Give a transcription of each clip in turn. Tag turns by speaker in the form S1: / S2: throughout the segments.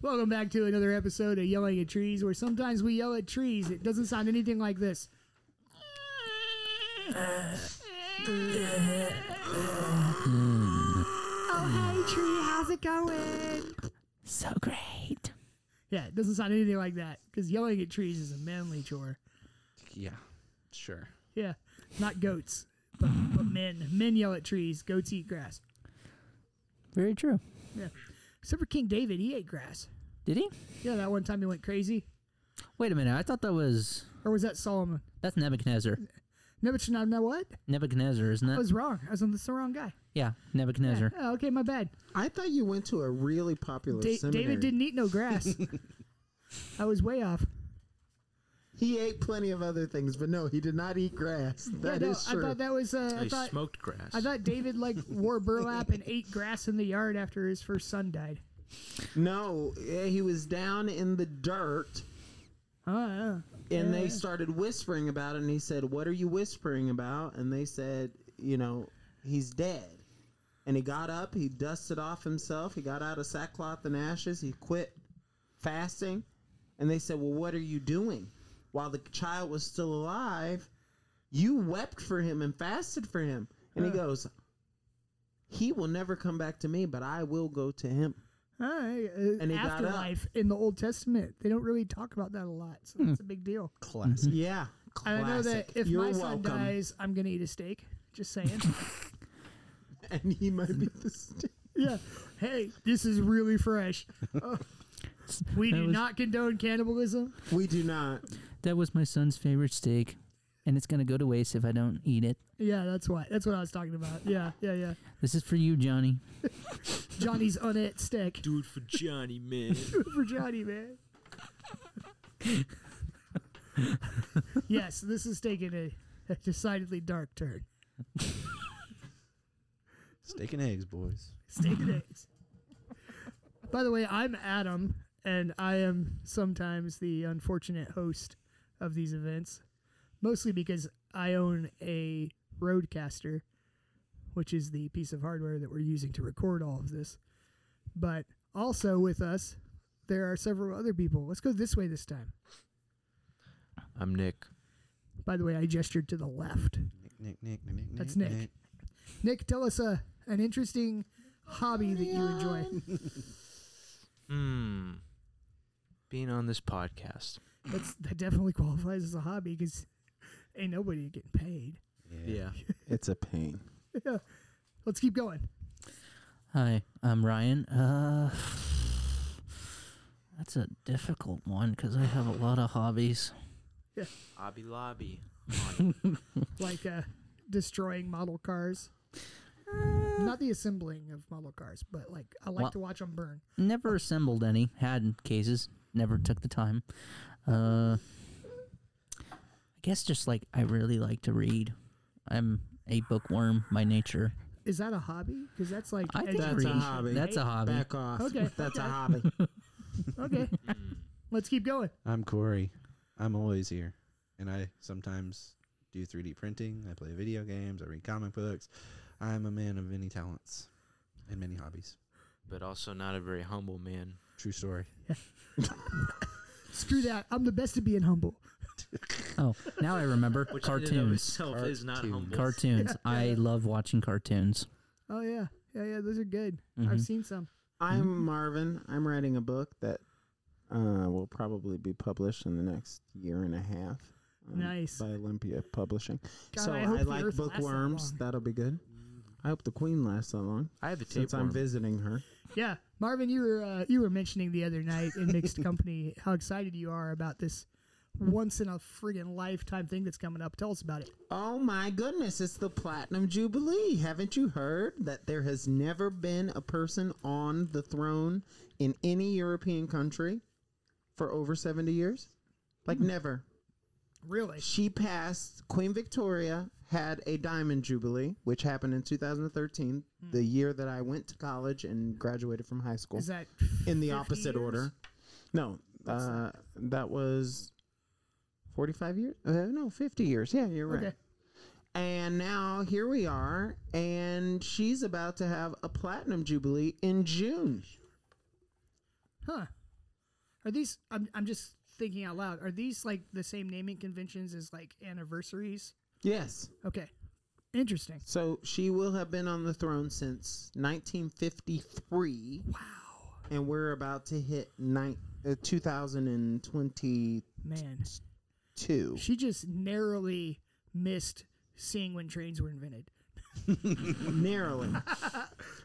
S1: Welcome back to another episode of Yelling at Trees, where sometimes we yell at trees. It doesn't sound anything like this.
S2: Oh, hey, tree, how's it going?
S3: So great.
S1: Yeah, it doesn't sound anything like that because yelling at trees is a manly chore.
S4: Yeah, sure.
S1: Yeah, not goats, but, but men. Men yell at trees. Goats eat grass.
S3: Very true.
S1: Yeah, except for King David, he ate grass.
S3: Did he?
S1: Yeah, that one time he went crazy,
S3: Wait a minute. I thought that was
S1: or was that Solomon?
S3: that's Nebuchadnezzar.
S1: Nebuchadnezzar, no, what?
S3: Nebuchadnezzar, isn't
S1: I
S3: it?
S1: was wrong. I was on the the wrong guy.
S3: yeah, Nebuchadnezzar.
S1: Oh, okay, my bad.
S2: I thought you went to a really popular
S1: Da-
S2: seminary.
S1: David didn't eat no grass. I was way off.
S2: He ate plenty of other things, but no, he did not eat grass.
S1: Yeah,
S2: That is
S1: no,
S2: true.
S1: I thought that was. Uh, I
S4: I
S1: thought
S4: smoked grass.
S1: I thought David like wore burlap and ate grass in the yard after his first son died.
S2: No, eh, he was down in the dirt,
S1: Oh,
S2: and they started whispering about it. And he said, "What are you whispering about?" And they said, "You know, he's dead." And he got up, he dusted off himself, he got out of sackcloth and ashes, he quit fasting, and they said, "Well, what are you doing?" While the child was still alive, you wept for him and fasted for him. And he goes, "He will never come back to me, but I will go to him."
S1: and
S2: he got up.
S1: uh, afterlife in the Old Testament. They don't really talk about that a lot, so that's a big deal.
S4: Classic.
S2: Yeah.
S1: And I know that
S2: classic.
S1: if
S2: You're
S1: my son
S2: welcome.
S1: dies, I'm gonna eat a steak. Just saying.
S2: and he might be the st-
S1: yeah. Hey, this is really fresh. Uh, we
S3: That
S1: do
S3: was-
S1: not condone cannibalism.
S2: we do not.
S3: That was my son's favorite steak, and it's gonna go to waste if I don't eat it.
S1: Yeah, that's why. That's what I was talking about. Yeah, yeah, yeah.
S3: This is for you, Johnny.
S1: Johnny's unit steak
S4: Dude for Johnny, man.
S1: for Johnny, man. yes, this is taking a, a decidedly dark turn.
S4: Steak and eggs, boys.
S1: Steak and eggs. By the way, I'm Adam, and I am sometimes the unfortunate host of these events, mostly because I own a Roadcaster, which is the piece of hardware that we're using to record all of this. But also with us, there are several other people. Let's go this way this time.
S4: I'm Nick.
S1: By the way, I gestured to the left.
S4: Nick, Nick, Nick, Nick, Nick.
S1: That's Nick. Nick, tell us uh, an interesting hobby that you enjoy.
S4: Hmm. Being on this podcast.
S1: That's that definitely qualifies as a hobby because ain't nobody getting paid.
S4: Yeah.
S2: It's a pain.
S1: Let's keep going.
S3: Hi, I'm Ryan. Uh, that's a difficult one because I have a lot of hobbies.
S4: Hobby Lobby.
S1: Like uh, destroying model cars. Not the assembling of model cars, but like I like
S3: Uh. Well-
S1: to watch them burn.
S3: Never assembled any. Had cases. Never took the time. Uh, I guess just like I really like to read. I'm a bookworm by nature.
S1: Is that a hobby? Because that's like
S3: I think
S2: That's a
S3: reading-
S2: hobby.
S3: That's a hobby.
S2: Back off.
S1: Okay.
S2: That's a
S1: Okay.
S2: hobby.
S1: okay.
S3: Mm.
S1: Let's keep going.
S5: I'm Corey. I'm always here. And I sometimes do 3D printing. I play video games. I read comic books. I'm a man of many talents and many hobbies.
S4: But also not a very humble man.
S5: True story.
S1: Screw that. I'm the best at being humble.
S3: Oh, now I remember
S4: Which in and of
S3: cartoons.
S4: itself is not
S5: Cartoons.
S4: humble.
S3: Cartoons. I love watching cartoons.
S1: Oh yeah, yeah, yeah. Those are good. I've
S3: Mhm.
S1: seen some.
S2: I'm Marvin. I'm writing a book that uh, will probably be published in the next year and a half. um,
S1: Nice.
S2: By Olympia Publishing.
S1: God,
S2: so
S1: I hope
S2: I
S1: the
S2: like
S1: Earth lasts that
S2: bookworms.
S1: long.
S2: That'll be good. I hope the queen lasts that long.
S4: I have a
S2: Since
S4: tapeworm.
S2: I'm visiting her.
S1: Yeah, Marvin, you were uh, you were mentioning the other night in mixed company how excited you are about this once in a friggin' lifetime thing that's coming up. Tell us about it.
S2: Oh my goodness, it's the Platinum Jubilee. Haven't you heard that there has never been a person on the throne in any European country for over 70 years? Like,
S1: Hmm.
S2: never.
S1: Really?
S2: She passed, Queen Victoria had a Diamond Jubilee, which happened in 2013, the year that I went to college and graduated from high school.
S1: Hmm. Is that
S2: in the
S1: 50
S2: opposite
S1: years?
S2: order. No, uh, that was 45 years? Uh, no, 50 years. Yeah, you're right.
S1: Okay.
S2: And now here we are, and she's about to have a platinum jubilee in June.
S1: Huh. Are these? I'm I'm just thinking out loud. Are these like the same naming conventions as like anniversaries?
S2: Yes.
S1: Okay, interesting.
S2: So she will have been on the throne since 1953,
S1: Wow,
S2: and we're about to hit ni- uh, 2022.
S1: man, she just narrowly missed seeing when trains were invented.
S2: narrowly.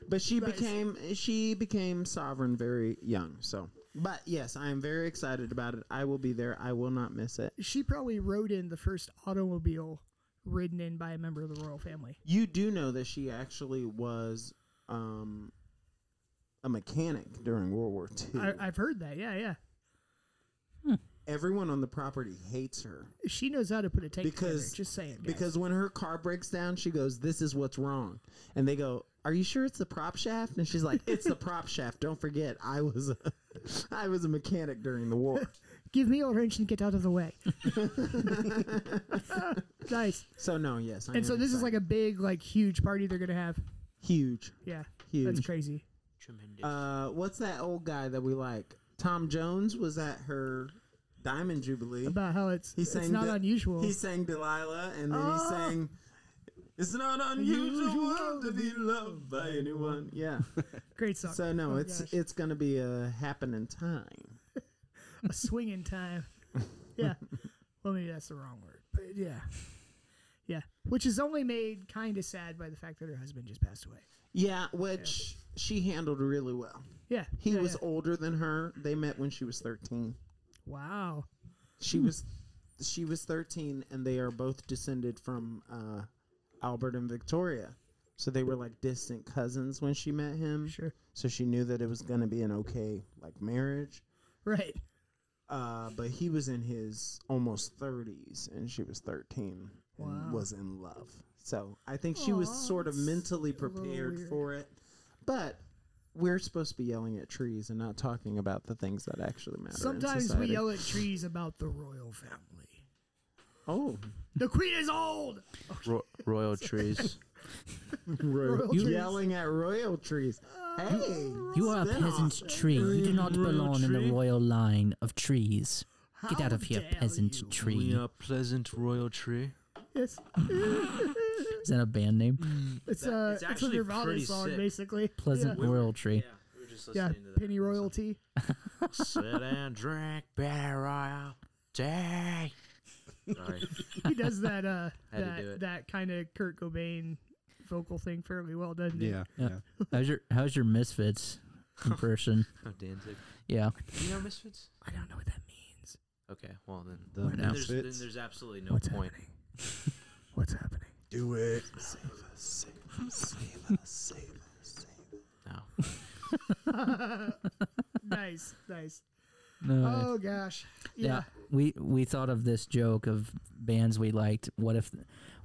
S2: but she
S1: Nice.
S2: became she became sovereign very young. So, but yes, I am very excited about it. I will be there. I will not miss it.
S1: She probably rode in the first automobile ridden in by a member of the royal family.
S2: You do know that she actually was um, a mechanic during World War II.
S1: I, I've heard that. Yeah, yeah.
S2: Everyone on the property hates her
S1: She knows how to put a tank
S2: Because-
S1: together. Just saying. guys.
S2: because when her car breaks down, she goes, "This is what's wrong," and they go. Are you sure it's the prop shaft? And she's like, "It's the prop shaft. Don't forget, I was, a, I was a mechanic during the war."
S1: give me a wrench and get out of the way. nice.
S2: So no, yes. I
S1: And so
S2: am
S1: this is like
S2: excited.
S1: a big, like, huge party they're gonna have.
S2: huge,
S1: Yeah,
S2: huge.
S1: that's crazy.
S4: Tremendous.
S2: Uh, what's that old guy that we like? Tom Jones was at her Diamond Jubilee.
S1: About how it's
S2: He
S1: it's
S2: sang
S1: not
S2: the-
S1: unusual.
S2: He sang Delilah, and then
S1: Oh.
S2: he sang. It's not unusual to be loved by anyone. Yeah.
S1: Great song.
S2: So no,
S1: Oh,
S2: it's
S1: gosh.
S2: it's gonna be a happening time.
S1: a swinging time. Yeah. well, maybe that's the wrong word, but yeah, yeah. Which is only made kind of sad by the fact that her husband just passed away.
S2: Yeah, which she handled really well.
S1: Yeah.
S2: He
S1: yeah,
S2: was
S1: yeah.
S2: older than her. They met when she was thirteen.
S1: Wow.
S2: She
S1: Hmm.
S2: was she was 13 and they are both descended from uh, Albert and Victoria. So they were like distant cousins when she met him.
S1: Sure.
S2: So she knew that it was going to be an okay like marriage.
S1: Right.
S2: Uh, but he was in his almost 30s and she was 13
S1: Wow.
S2: and was in love. So I think she was
S1: Aw,
S2: sort of
S1: that's
S2: mentally
S1: little
S2: prepared
S1: weird.
S2: for it. But we're supposed to be yelling at trees and not talking about the things that actually matter. in
S1: Sometimes we
S2: society.
S1: yell at trees about the royal family.
S2: Oh,
S1: The queen is old.
S4: Ro- royal trees.
S1: Royal
S2: you
S1: trees.
S2: yelling at royal trees.
S1: Uh,
S2: Hey,
S3: You are a
S2: spin off.
S3: peasant tree. You do not
S4: Royal
S3: belong in
S4: tree?
S3: the royal line of trees. Get
S1: How
S3: out of here,
S1: dare
S3: peasant
S1: you.
S4: We
S3: tree.
S4: are pleasant royal tree.
S1: Yes.
S3: Is that a band name?
S1: It's
S4: That-
S1: uh,
S4: it's
S1: it's, a
S4: actually
S1: Nirvana
S4: pretty
S1: song,
S4: sick.
S1: basically.
S3: Pleasant
S1: Yeah.
S3: royal tree.
S4: we were just
S1: Yeah, penny royalty.
S4: Sit and drink beer royal day. Sorry.
S1: He does that uh
S4: Had to do
S1: that
S4: it.
S1: that kind of Kurt Cobain vocal thing fairly well, doesn't he?
S5: Yeah,
S3: Yeah.
S5: yeah.
S3: How's your How's your Misfits impression?
S4: Oh, Danzig.
S3: yeah.
S4: You know Misfits?
S1: I don't know what that means.
S4: Okay, well then.
S5: The
S4: then there's, then
S5: Misfits.
S4: there's absolutely no
S1: What's
S4: point.
S1: happening? What's happening?
S5: Do it.
S4: No.
S1: nice, nice.
S3: No.
S1: Oh gosh. Yeah.
S3: Yeah, we we thought of this joke of bands we liked. What if,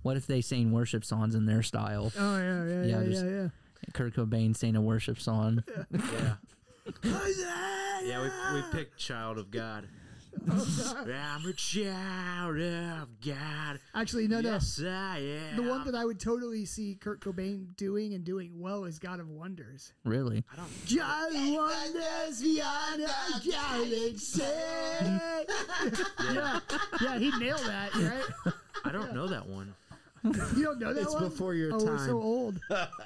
S3: what if they sang worship songs in their style?
S1: Oh yeah, yeah,
S3: Yeah,
S1: yeah,
S3: there's-
S1: yeah, yeah.
S3: Kurt Cobain sang a worship song.
S4: Yeah. yeah, we, we picked Child of God. I'm a child of God.
S1: Actually, no, no.
S4: yes, ah, I am.
S1: The one that I would totally see Kurt Cobain doing and doing well is God of Wonders.
S3: Really?
S4: I don't.
S1: God wonders beyond our galaxy.
S4: Yeah,
S1: Yeah, he nailed that, right?
S4: I don't know that one.
S1: You don't know that
S2: It's
S1: one?
S2: before your
S1: oh, we're
S2: time.
S1: so old.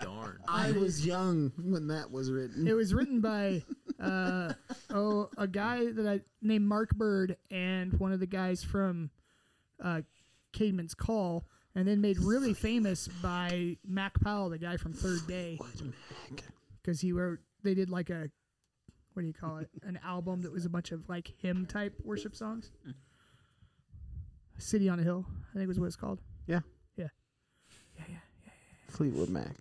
S4: Darn.
S2: I was young when that was
S1: It
S2: written.
S1: was written by uh, oh a guy that I named Mark Bird and one of the guys from uh, Cademan's Call, and then made really famous by Mac Powell, the guy from Third Day, because he wrote. They did like a what do you call it? An album that was a bunch of like hymn type worship songs. City on a Hill, I think was what it's called.
S2: Yeah.
S1: Yeah.
S2: Fleetwood Mac.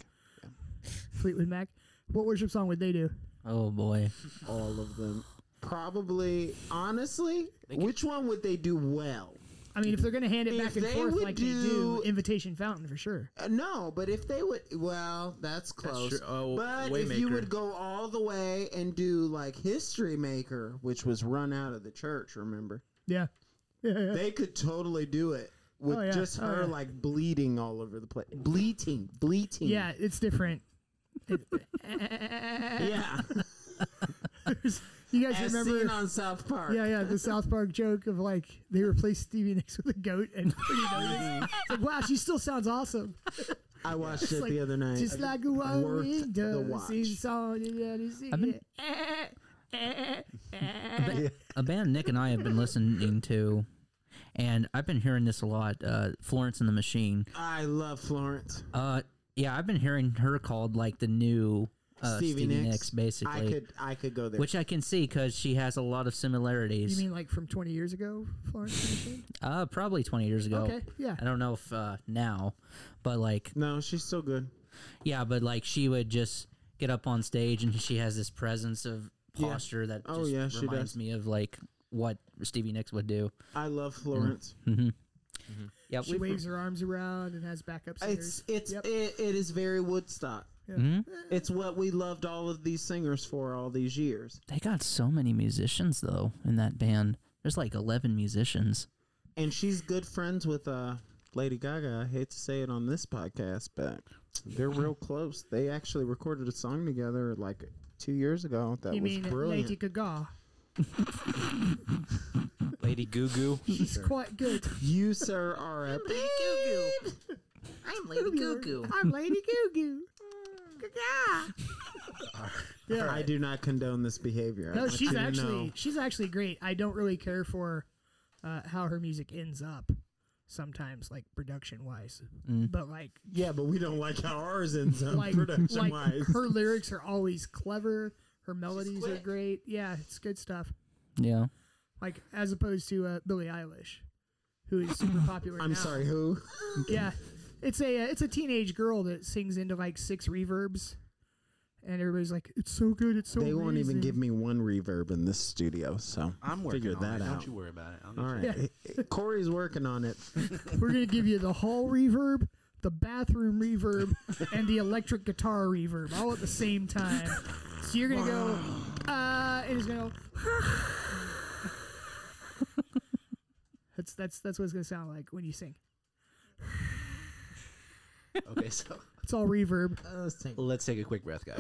S1: Fleetwood Mac. What worship song would they do?
S3: Oh boy.
S2: All of them. Probably, honestly, which one would they do well?
S1: I mean, if they're going to hand it
S2: If
S1: back and
S2: they
S1: forth
S2: would
S1: like they do
S2: do-
S1: Invitation Fountain for sure.
S2: Uh, no, but if they would, well, that's close.
S4: true. Oh,
S2: but if
S4: Waymaker.
S2: you would go all the way and do like History Maker, which was run out of the church, remember?
S1: Yeah. Yeah, yeah.
S2: They could totally do it with
S1: Oh, yeah.
S2: just
S1: Oh,
S2: her
S1: yeah.
S2: like bleeding all over the place. Bleating, bleating.
S1: yeah, it's different.
S2: Yeah.
S1: You guys
S2: As
S1: remember?
S2: seen on South Park.
S1: yeah, yeah, the South Park joke of like they replaced Stevie Nicks with a goat, and you know, it's like, wow, she still sounds awesome.
S2: I watched it
S1: It's like-
S2: the other night.
S1: Just like a
S2: worth the
S1: woman does,
S2: watch.
S1: sings song and then you sing
S3: I've been-
S1: it. Eh, eh, eh.
S3: a, ba- a band Nick and I have been listening to, and I've been hearing this a lot. Uh, Florence and the Machine.
S2: I love Florence.
S3: Uh, yeah, I've been hearing her called like the new uh, Stevie, Nicks, basically,
S2: I could I could go there.
S3: which I can see because she has a lot of
S1: You
S3: similarities.
S1: mean like from 20 years ago, Florence? and the Machine?
S3: uh, probably twenty years ago.
S1: Okay, yeah.
S3: I don't know if uh, now, but like
S2: no, she's still good.
S3: yeah, but like she would just get up on stage and she has this presence of
S2: Yeah.
S3: posture that
S2: Oh,
S3: just
S2: yeah, she
S3: reminds
S2: does.
S3: me of like what Stevie Nicks would do. Mm-hmm.
S2: I love Florence.
S3: Yeah,
S1: She waves her arms around and has backup
S2: It's
S1: singers.
S2: it's
S1: Yep.
S2: it, it is very Woodstock.
S1: Yeah.
S3: Mm-hmm.
S2: It's what we loved all of these singers for all these years.
S3: They got so many musicians though in that band. There's like eleven musicians.
S2: And she's good friends with uh Lady Gaga. I hate to say it on this podcast, but they're real close. They actually recorded a song together like two years ago that
S1: You
S2: was
S1: mean
S2: brilliant.
S1: Lady Gaga?
S4: Lady Goo Goo.
S1: She's quite good.
S2: you sir are a
S6: I'm Lady Goo Goo.
S1: I'm Lady Goo Goo. Gaga. Yeah.
S2: I do not condone this behavior. I
S1: No,
S2: want you
S1: she's
S2: to
S1: actually
S2: know.
S1: she's actually great. I don't really care for uh, how her music ends up sometimes, like production wise.
S3: Mm-hmm. Mm,
S1: But like
S2: Yeah, but we don't like how ours ends up
S1: like
S2: production
S1: like
S2: wise.
S1: her lyrics are always clever. Her melodies are
S2: quick.
S1: great. Yeah, it's good stuff.
S3: Yeah.
S1: Like as opposed to uh, Billie Eilish, who is super popular.
S2: I'm
S1: now.
S2: sorry, who?
S1: Yeah, it's a uh, it's a teenage girl that sings into like six reverbs, and everybody's like, "It's so good, it's so."
S2: they won't even
S1: amazing."
S2: give me one reverb in this studio, so
S5: I'm working
S2: figure
S5: on
S2: that
S5: it.
S2: out.
S5: Don't you worry about it. I'll get
S2: All
S5: you-
S2: right, Corey's working on it.
S1: We're gonna give you the hall reverb, the bathroom reverb, and the electric guitar reverb all at the same time. So you're gonna go, uh, and it's gonna. Go, that's that's that's what it's gonna sound like when you sing.
S5: Okay, so
S1: It's all reverb.
S5: let's take a quick breath, guys.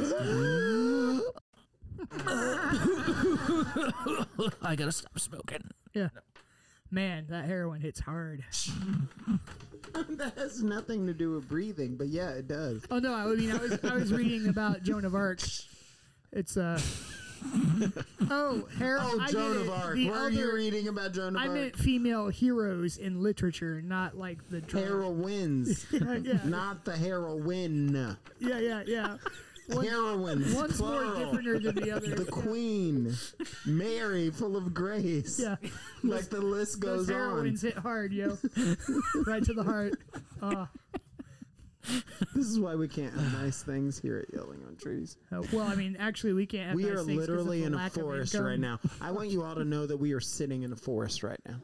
S3: I gotta stop smoking.
S1: Yeah. Man, that heroin hits hard.
S2: that has nothing to do with breathing, but yeah, it does.
S1: Oh no, I mean I was I was reading about Joan of Arc. It's uh Oh, Harold
S2: Oh,
S1: I
S2: Joan
S1: get
S2: of
S1: it.
S2: Arc.
S1: The
S2: Where are you
S1: other-
S2: reading about Joan of
S1: I
S2: Arc?
S1: meant female heroes in literature, not like the drama.
S2: heroines,
S1: yeah, yeah,
S2: not the heroine.
S1: yeah, yeah, yeah. One-
S2: heroines,
S1: one's
S2: plural.
S1: more different than the other.
S2: the queen, Mary, full of grace.
S1: Yeah,
S2: like the list
S1: those
S2: goes on.
S1: heroines hit hard, yo, right to the heart. Uh,
S2: This is why we can't have nice things here at Yelling on Trees.
S1: uh, well, I mean, actually, we can't. Have
S2: we
S1: nice
S2: are
S1: things 'cause of
S2: literally
S1: the
S2: in a
S1: lack of
S2: forest
S1: income.
S2: right now. I want you all to know that we are sitting in a forest right now.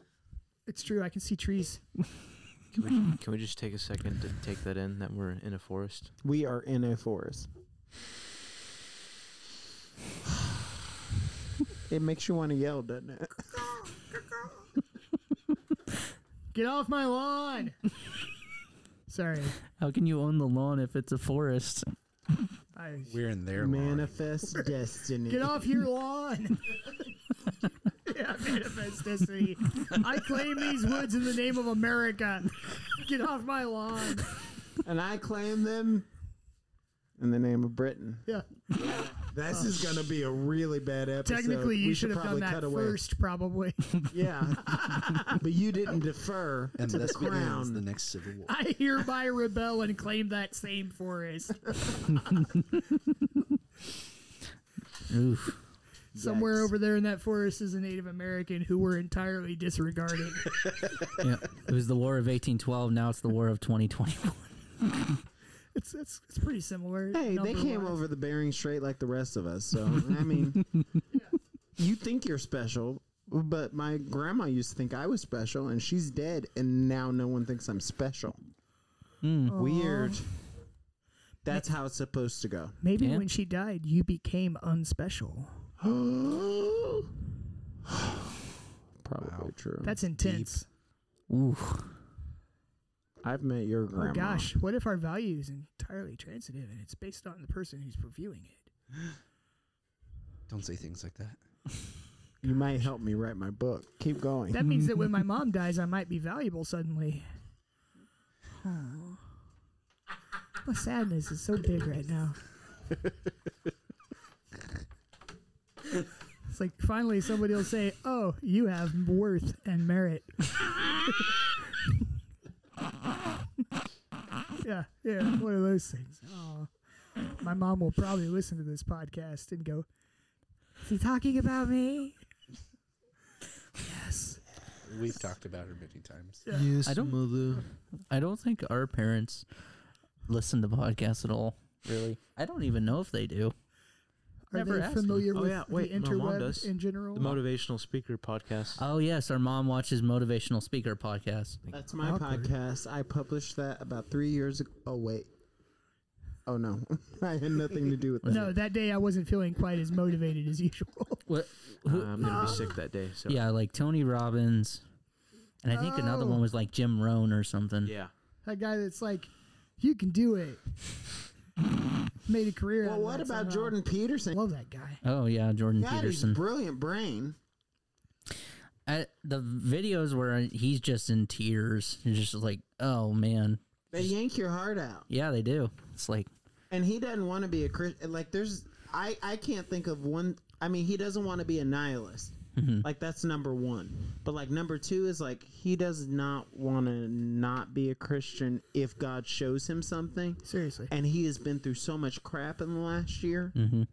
S1: It's true. I can see trees.
S4: Can we, can we just take a second to take that in that we're in a forest?
S2: We are in a forest. It makes you want to yell, doesn't it?
S1: Get off my lawn. Sorry,
S3: How can you own the lawn if it's a forest?
S1: I
S5: We're in there, man.
S2: Manifest destiny.
S1: Get off your lawn. yeah, manifest destiny. I claim these woods in the name of America. Get off my lawn.
S2: And I claim them in the name of Britain.
S1: Yeah.
S2: This is going to be a really bad episode.
S1: Technically, you
S2: We
S1: should have done
S2: probably
S1: that
S2: cut away.
S1: first, probably.
S2: Yeah. but you didn't defer
S5: And
S2: to the
S5: this begins
S2: crown.
S5: the next civil war.
S1: I hereby rebel and claim that same forest
S3: Oof.
S1: somewhere
S2: Yikes.
S1: over there in that forest is a Native American who we're entirely disregarding.
S3: yeah. It was the War of 1812. Now it's the War of 2021.
S1: it's, it's it's pretty similar.
S2: Hey, they came
S1: number-wise.
S2: over the Bering Strait like the rest of us. So I mean, you think you're special, but my grandma used to think I was special, and she's dead, and now no one thinks I'm special.
S3: Mm.
S2: Weird. That's how it's supposed to go.
S1: Maybe
S3: Yeah.
S1: when she died, you became unspecial.
S2: Probably true.
S1: That's intense.
S3: Oof.
S2: I've met your grandma.
S1: Oh gosh, what if our value is entirely transitive and it's based on the person who's reviewing it?
S5: Don't say things like that.
S2: You might help me write my book. Keep going.
S1: That means that when my mom dies, I might be valuable suddenly. Oh. My sadness is so big right now. It's like finally somebody will say, "Oh, you have worth and merit." yeah, yeah, one of those things. Oh, my mom will probably listen to this podcast and go, "Is he talking about me?" yes.
S5: We've talked about her many times.
S3: I don't. I don't think our parents listen to podcasts at all. Really, I don't even know if they do.
S1: Are
S3: Never
S1: they
S3: asked
S1: familiar
S4: Oh,
S1: with
S4: yeah, wait,
S1: the
S4: my mom
S1: interweb
S4: does.
S1: in general?
S4: The motivational speaker podcast. Uh,
S3: Oh yes, our mom watches motivational speaker podcasts.
S2: That's my
S1: Awkward.
S2: podcast. I published that about three years ago. Oh wait. Oh no, I had nothing to do with that.
S1: no, that day I wasn't feeling quite as motivated as usual.
S3: What? Who,
S4: I'm
S1: Uh,
S4: gonna be sick that day. So
S3: yeah, like Tony Robbins, and I think another
S1: Oh.
S3: one was like Jim Rohn or something.
S4: yeah.
S1: that guy that's like, "You can do it." Made a career. out
S2: Well,
S1: of
S2: what
S1: that
S2: about
S1: somehow.
S2: Jordan
S1: I
S2: Peterson?
S1: love that guy.
S3: Oh yeah, Jordan
S2: God, he's
S3: Peterson.
S2: brilliant brain.
S3: I, the videos where he's just in tears. You're just like, oh man,
S2: They yank your heart out,
S3: yeah, they do. It's like,
S2: and he doesn't want to be a Christian. Like there's, I I can't think of one. I mean, he doesn't want to be a nihilist.
S3: mm-hmm.
S2: Like that's number one. But like number two is like he does not want to not be a Christian if God shows him something.
S1: Seriously.
S2: And he has been through so much crap in the last year.
S3: Mm-hmm.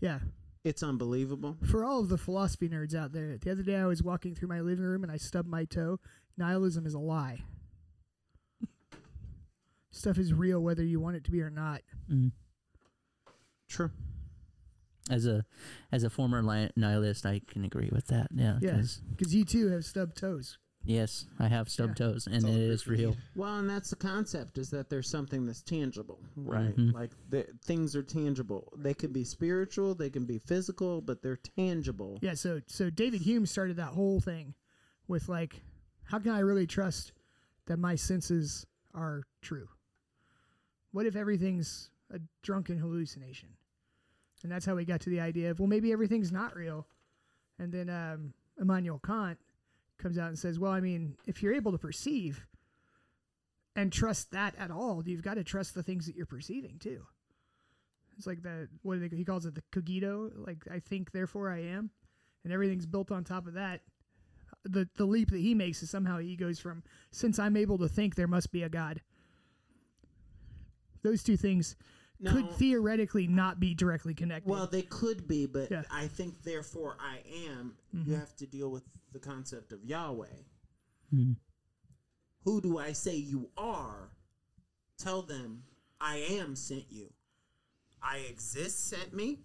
S1: Yeah.
S2: It's unbelievable.
S1: For all of the philosophy nerds out there, the other day I was walking through my living room and I stubbed my toe. Nihilism is a lie. Stuff is real whether you want it to be or not.
S2: True.
S3: Mm-hmm. as a as a former li- nihilist, I can agree with that. Yeah.
S1: Yes.
S3: 'cause-
S1: Because you too have stubbed toes.
S3: Yes, I have stubbed toes, and it is real.
S2: Well, and that's the concept is that there's something that's tangible, right? Like the, things are tangible. They could be spiritual, they can be physical, but they're tangible.
S1: Yeah, so so David Hume started that whole thing with like, how can I really trust that my senses are true? What if everything's a drunken hallucination? And that's how we got to the idea of well, maybe everything's not real. And then um, Immanuel Kant comes out and says, well, I mean, if you're able to perceive and trust that at all, you've got to trust the things that you're perceiving too. It's like the what do they, he calls it the cogito, like I think therefore I am and everything's built on top of that. The the leap that he makes is somehow he goes from since I'm able to think, there must be a God. Those two things
S2: No.
S1: could theoretically not be directly connected.
S2: Well, they could be, but
S1: Yeah. Mm-hmm.
S2: I think therefore I am. You have to deal with the concept of Yahweh. Who do I say you are? Tell them I am sent you. I exist sent me.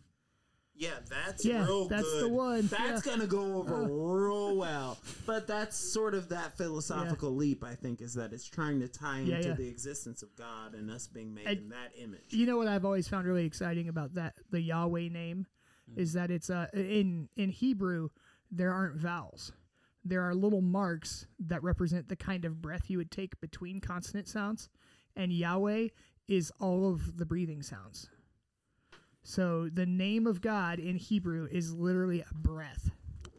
S2: Yeah, that's
S1: Yeah,
S2: real
S1: that's the
S2: good.
S1: one,
S2: That's
S1: yeah.
S2: gonna go over real well. But that's sort of that philosophical leap. I think is that it's trying to tie
S1: Yeah,
S2: into
S1: yeah.
S2: the existence of God and us being made
S1: And-
S2: in that image.
S1: you know what I've always found really exciting about that the Yahweh name is that it's uh in in Hebrew there aren't vowels. There are little marks that represent the kind of breath you would take between consonant sounds and Yahweh is all of the breathing sounds. So the name of God in Hebrew is literally a breath.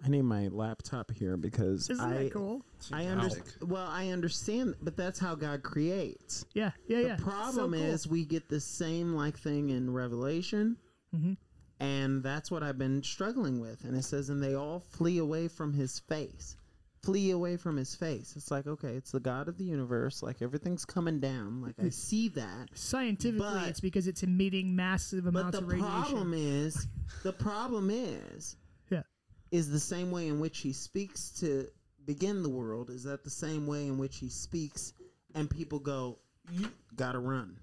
S2: I need my laptop here because
S1: Isn't
S2: I
S1: that cool?
S2: I understand. Well, I understand, but that's how God creates.
S1: Yeah, yeah, yeah.
S2: The problem
S1: So cool.
S2: is we get the same like thing in Revelation,
S1: Mm-hmm.
S2: and that's what I've been struggling with. And it says, "And they all flee away from His face, flee away from His face." It's like, okay, it's the God of the universe. Like everything's coming down. Like
S1: Mm-hmm.
S2: I see that.
S1: scientifically
S2: but-
S1: it's because it's emitting massive
S2: But
S1: amounts
S2: the
S1: of radiation.
S2: problem is, the problem is,
S1: yeah.
S2: is the same way in which he speaks to begin the world is that the same way in which he speaks and people go you gotta run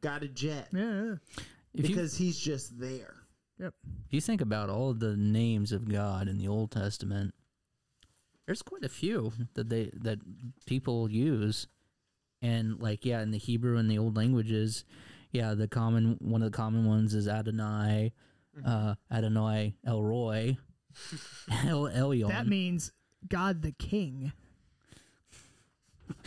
S2: gotta jet
S1: Yeah. yeah.
S3: Mm. If you,
S2: because he's just there
S1: Yep.
S3: if you think about all the names of God in the Old Testament, there's quite a few that they that people use, and like yeah, in the Hebrew and the old languages, yeah, the common one of the common ones is Adonai,
S1: Mm-hmm.
S3: uh, Adonai Elroy, El Elyon.
S1: That means God the King.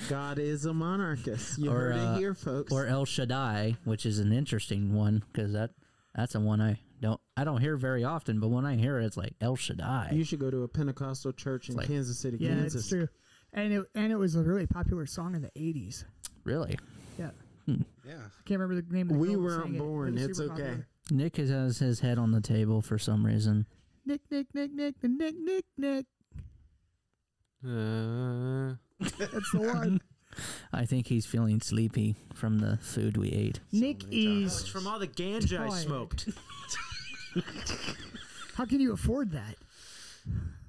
S2: god is a monarchist you
S3: Or,
S2: heard
S3: uh,
S2: it here folks
S3: or El Shaddai, which is an interesting one because that that's a one I don't I don't hear very often, but when I hear it, it's like El Shaddai.
S2: You should go to a Pentecostal church in
S3: like-
S2: Kansas City,
S1: Yeah,
S2: Kansas.
S1: it's true. And it and it was a really popular song in the '80s.
S3: really,
S1: Yeah,
S5: Yeah.
S1: I can't remember the name of the
S2: We
S1: girl that
S2: weren't
S1: sang it, but it
S2: born,
S1: was
S2: it's
S1: super
S2: okay.
S1: popular.
S3: Nick has- has his head on the table for some reason.
S1: Nick, Nick, Nick, Nick, the Nick, Nick, Nick.
S4: Uh,
S1: That's the one.
S3: I think he's feeling sleepy from the food we ate.
S1: Nick
S4: it's
S1: is.
S4: from all the ganja I
S1: Tired.
S4: smoked.
S1: How can you afford that?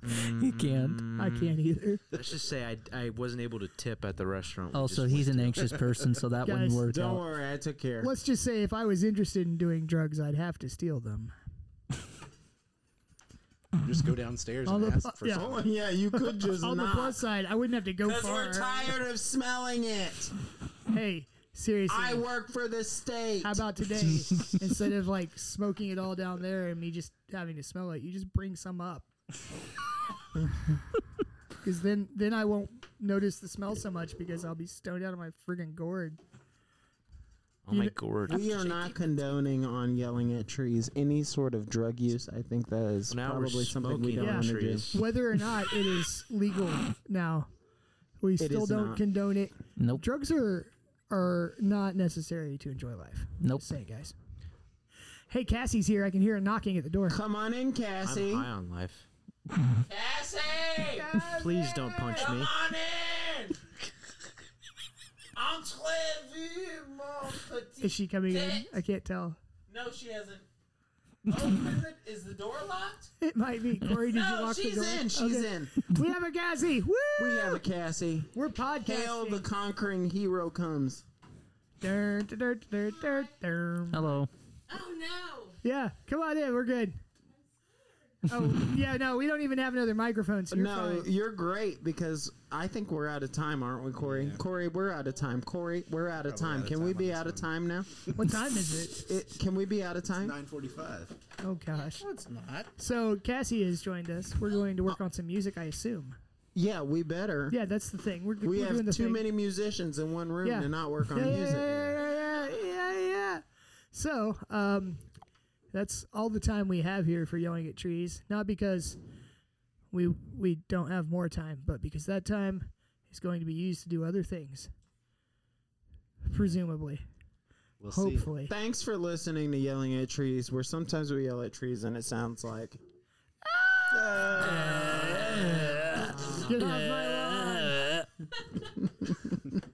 S4: mm,
S3: He can't.
S1: I
S2: Mm-hmm.
S1: can't either.
S4: Let's just say I, I wasn't able to tip at the restaurant.
S3: Oh, so he's an anxious person, so that
S1: Guys,
S3: wouldn't work
S2: Don't
S3: out.
S2: worry, I took care.
S1: Let's just say if I was interested in doing drugs, I'd have to steal them.
S5: Just go downstairs
S1: On
S5: and
S1: the
S5: ask
S1: po-
S5: for
S1: yeah.
S5: something.
S2: yeah, you could just
S1: On the
S2: not.
S1: plus side, I wouldn't have to go
S2: Because
S1: far.
S2: we're tired of smelling it.
S1: Hey, seriously.
S2: I work for the state.
S1: how about today? instead of like smoking it all down there and me just having to smell it, you just bring some up. Because then, then I won't notice the smell so much because I'll be stoned out of my friggin' gourd.
S4: Oh my gourd.
S2: we are not condoning on yelling at trees. Any sort of drug use, I think that is
S4: Now we're
S2: probably something we
S4: smoking
S2: don't
S1: on
S2: want to do.
S4: trees.
S1: Whether or not it is legal now, we still
S2: is
S1: don't
S2: not.
S1: condone it.
S3: Nope.
S1: drugs are are not necessary to enjoy life.
S3: Nope.
S1: Just saying, guys. Hey, Cassie's here. I can hear her knocking at the door.
S2: Come on in,
S4: I'm
S2: Cassie.
S4: high on life.
S6: Cassie!
S4: Please don't punch me.
S6: Come on in! I'm 12 years more
S1: Is
S6: petite.
S1: she coming in? I can't tell.
S6: No, she hasn't. Oh, is, it, is the door locked?
S1: It might be. Corey, did you
S2: No,
S1: lock
S2: she's
S1: the door?
S2: in. She's
S1: Okay.
S2: in.
S1: We have a Cassie. Woo!
S2: We have a Cassie.
S1: We're podcasting.
S2: Hail the conquering hero comes.
S1: Dun, dun, dun, dun, dun, dun.
S3: Hello.
S6: Oh, no.
S1: Yeah, come on in. We're good. Oh, yeah, no, we don't even have another microphone, so you're
S2: no,
S1: fine.
S2: you're great because I think we're out of time, aren't we, Corey? Corey, we're out of time. Corey, we're out of time.
S5: out of
S2: Can
S5: time
S2: we
S5: on
S2: be
S5: this
S2: out of
S5: one.
S2: time now?
S1: What time is it?
S2: It, can we be out of time?
S5: 945.
S1: Oh, gosh.
S6: It's not.
S1: So, Cassie has joined us. We're going to work on some music, I assume.
S2: Yeah, we better.
S1: Yeah, that's the thing. We're,
S2: we
S1: we're
S2: have
S1: doing the
S2: too
S1: thing.
S2: many musicians in one room
S1: Yeah.
S2: to not work on
S1: yeah,
S2: music.
S1: Yeah, yeah, yeah, yeah, yeah. So, um, that's all the time we have here for yelling at trees. Not because we we don't have more time, but because that time is going to be used to do other things. Presumably,
S5: We'll see.
S1: hopefully.
S2: Thanks for listening to Yelling at Trees, where sometimes we yell at trees and it sounds like.
S1: Get off my lawn.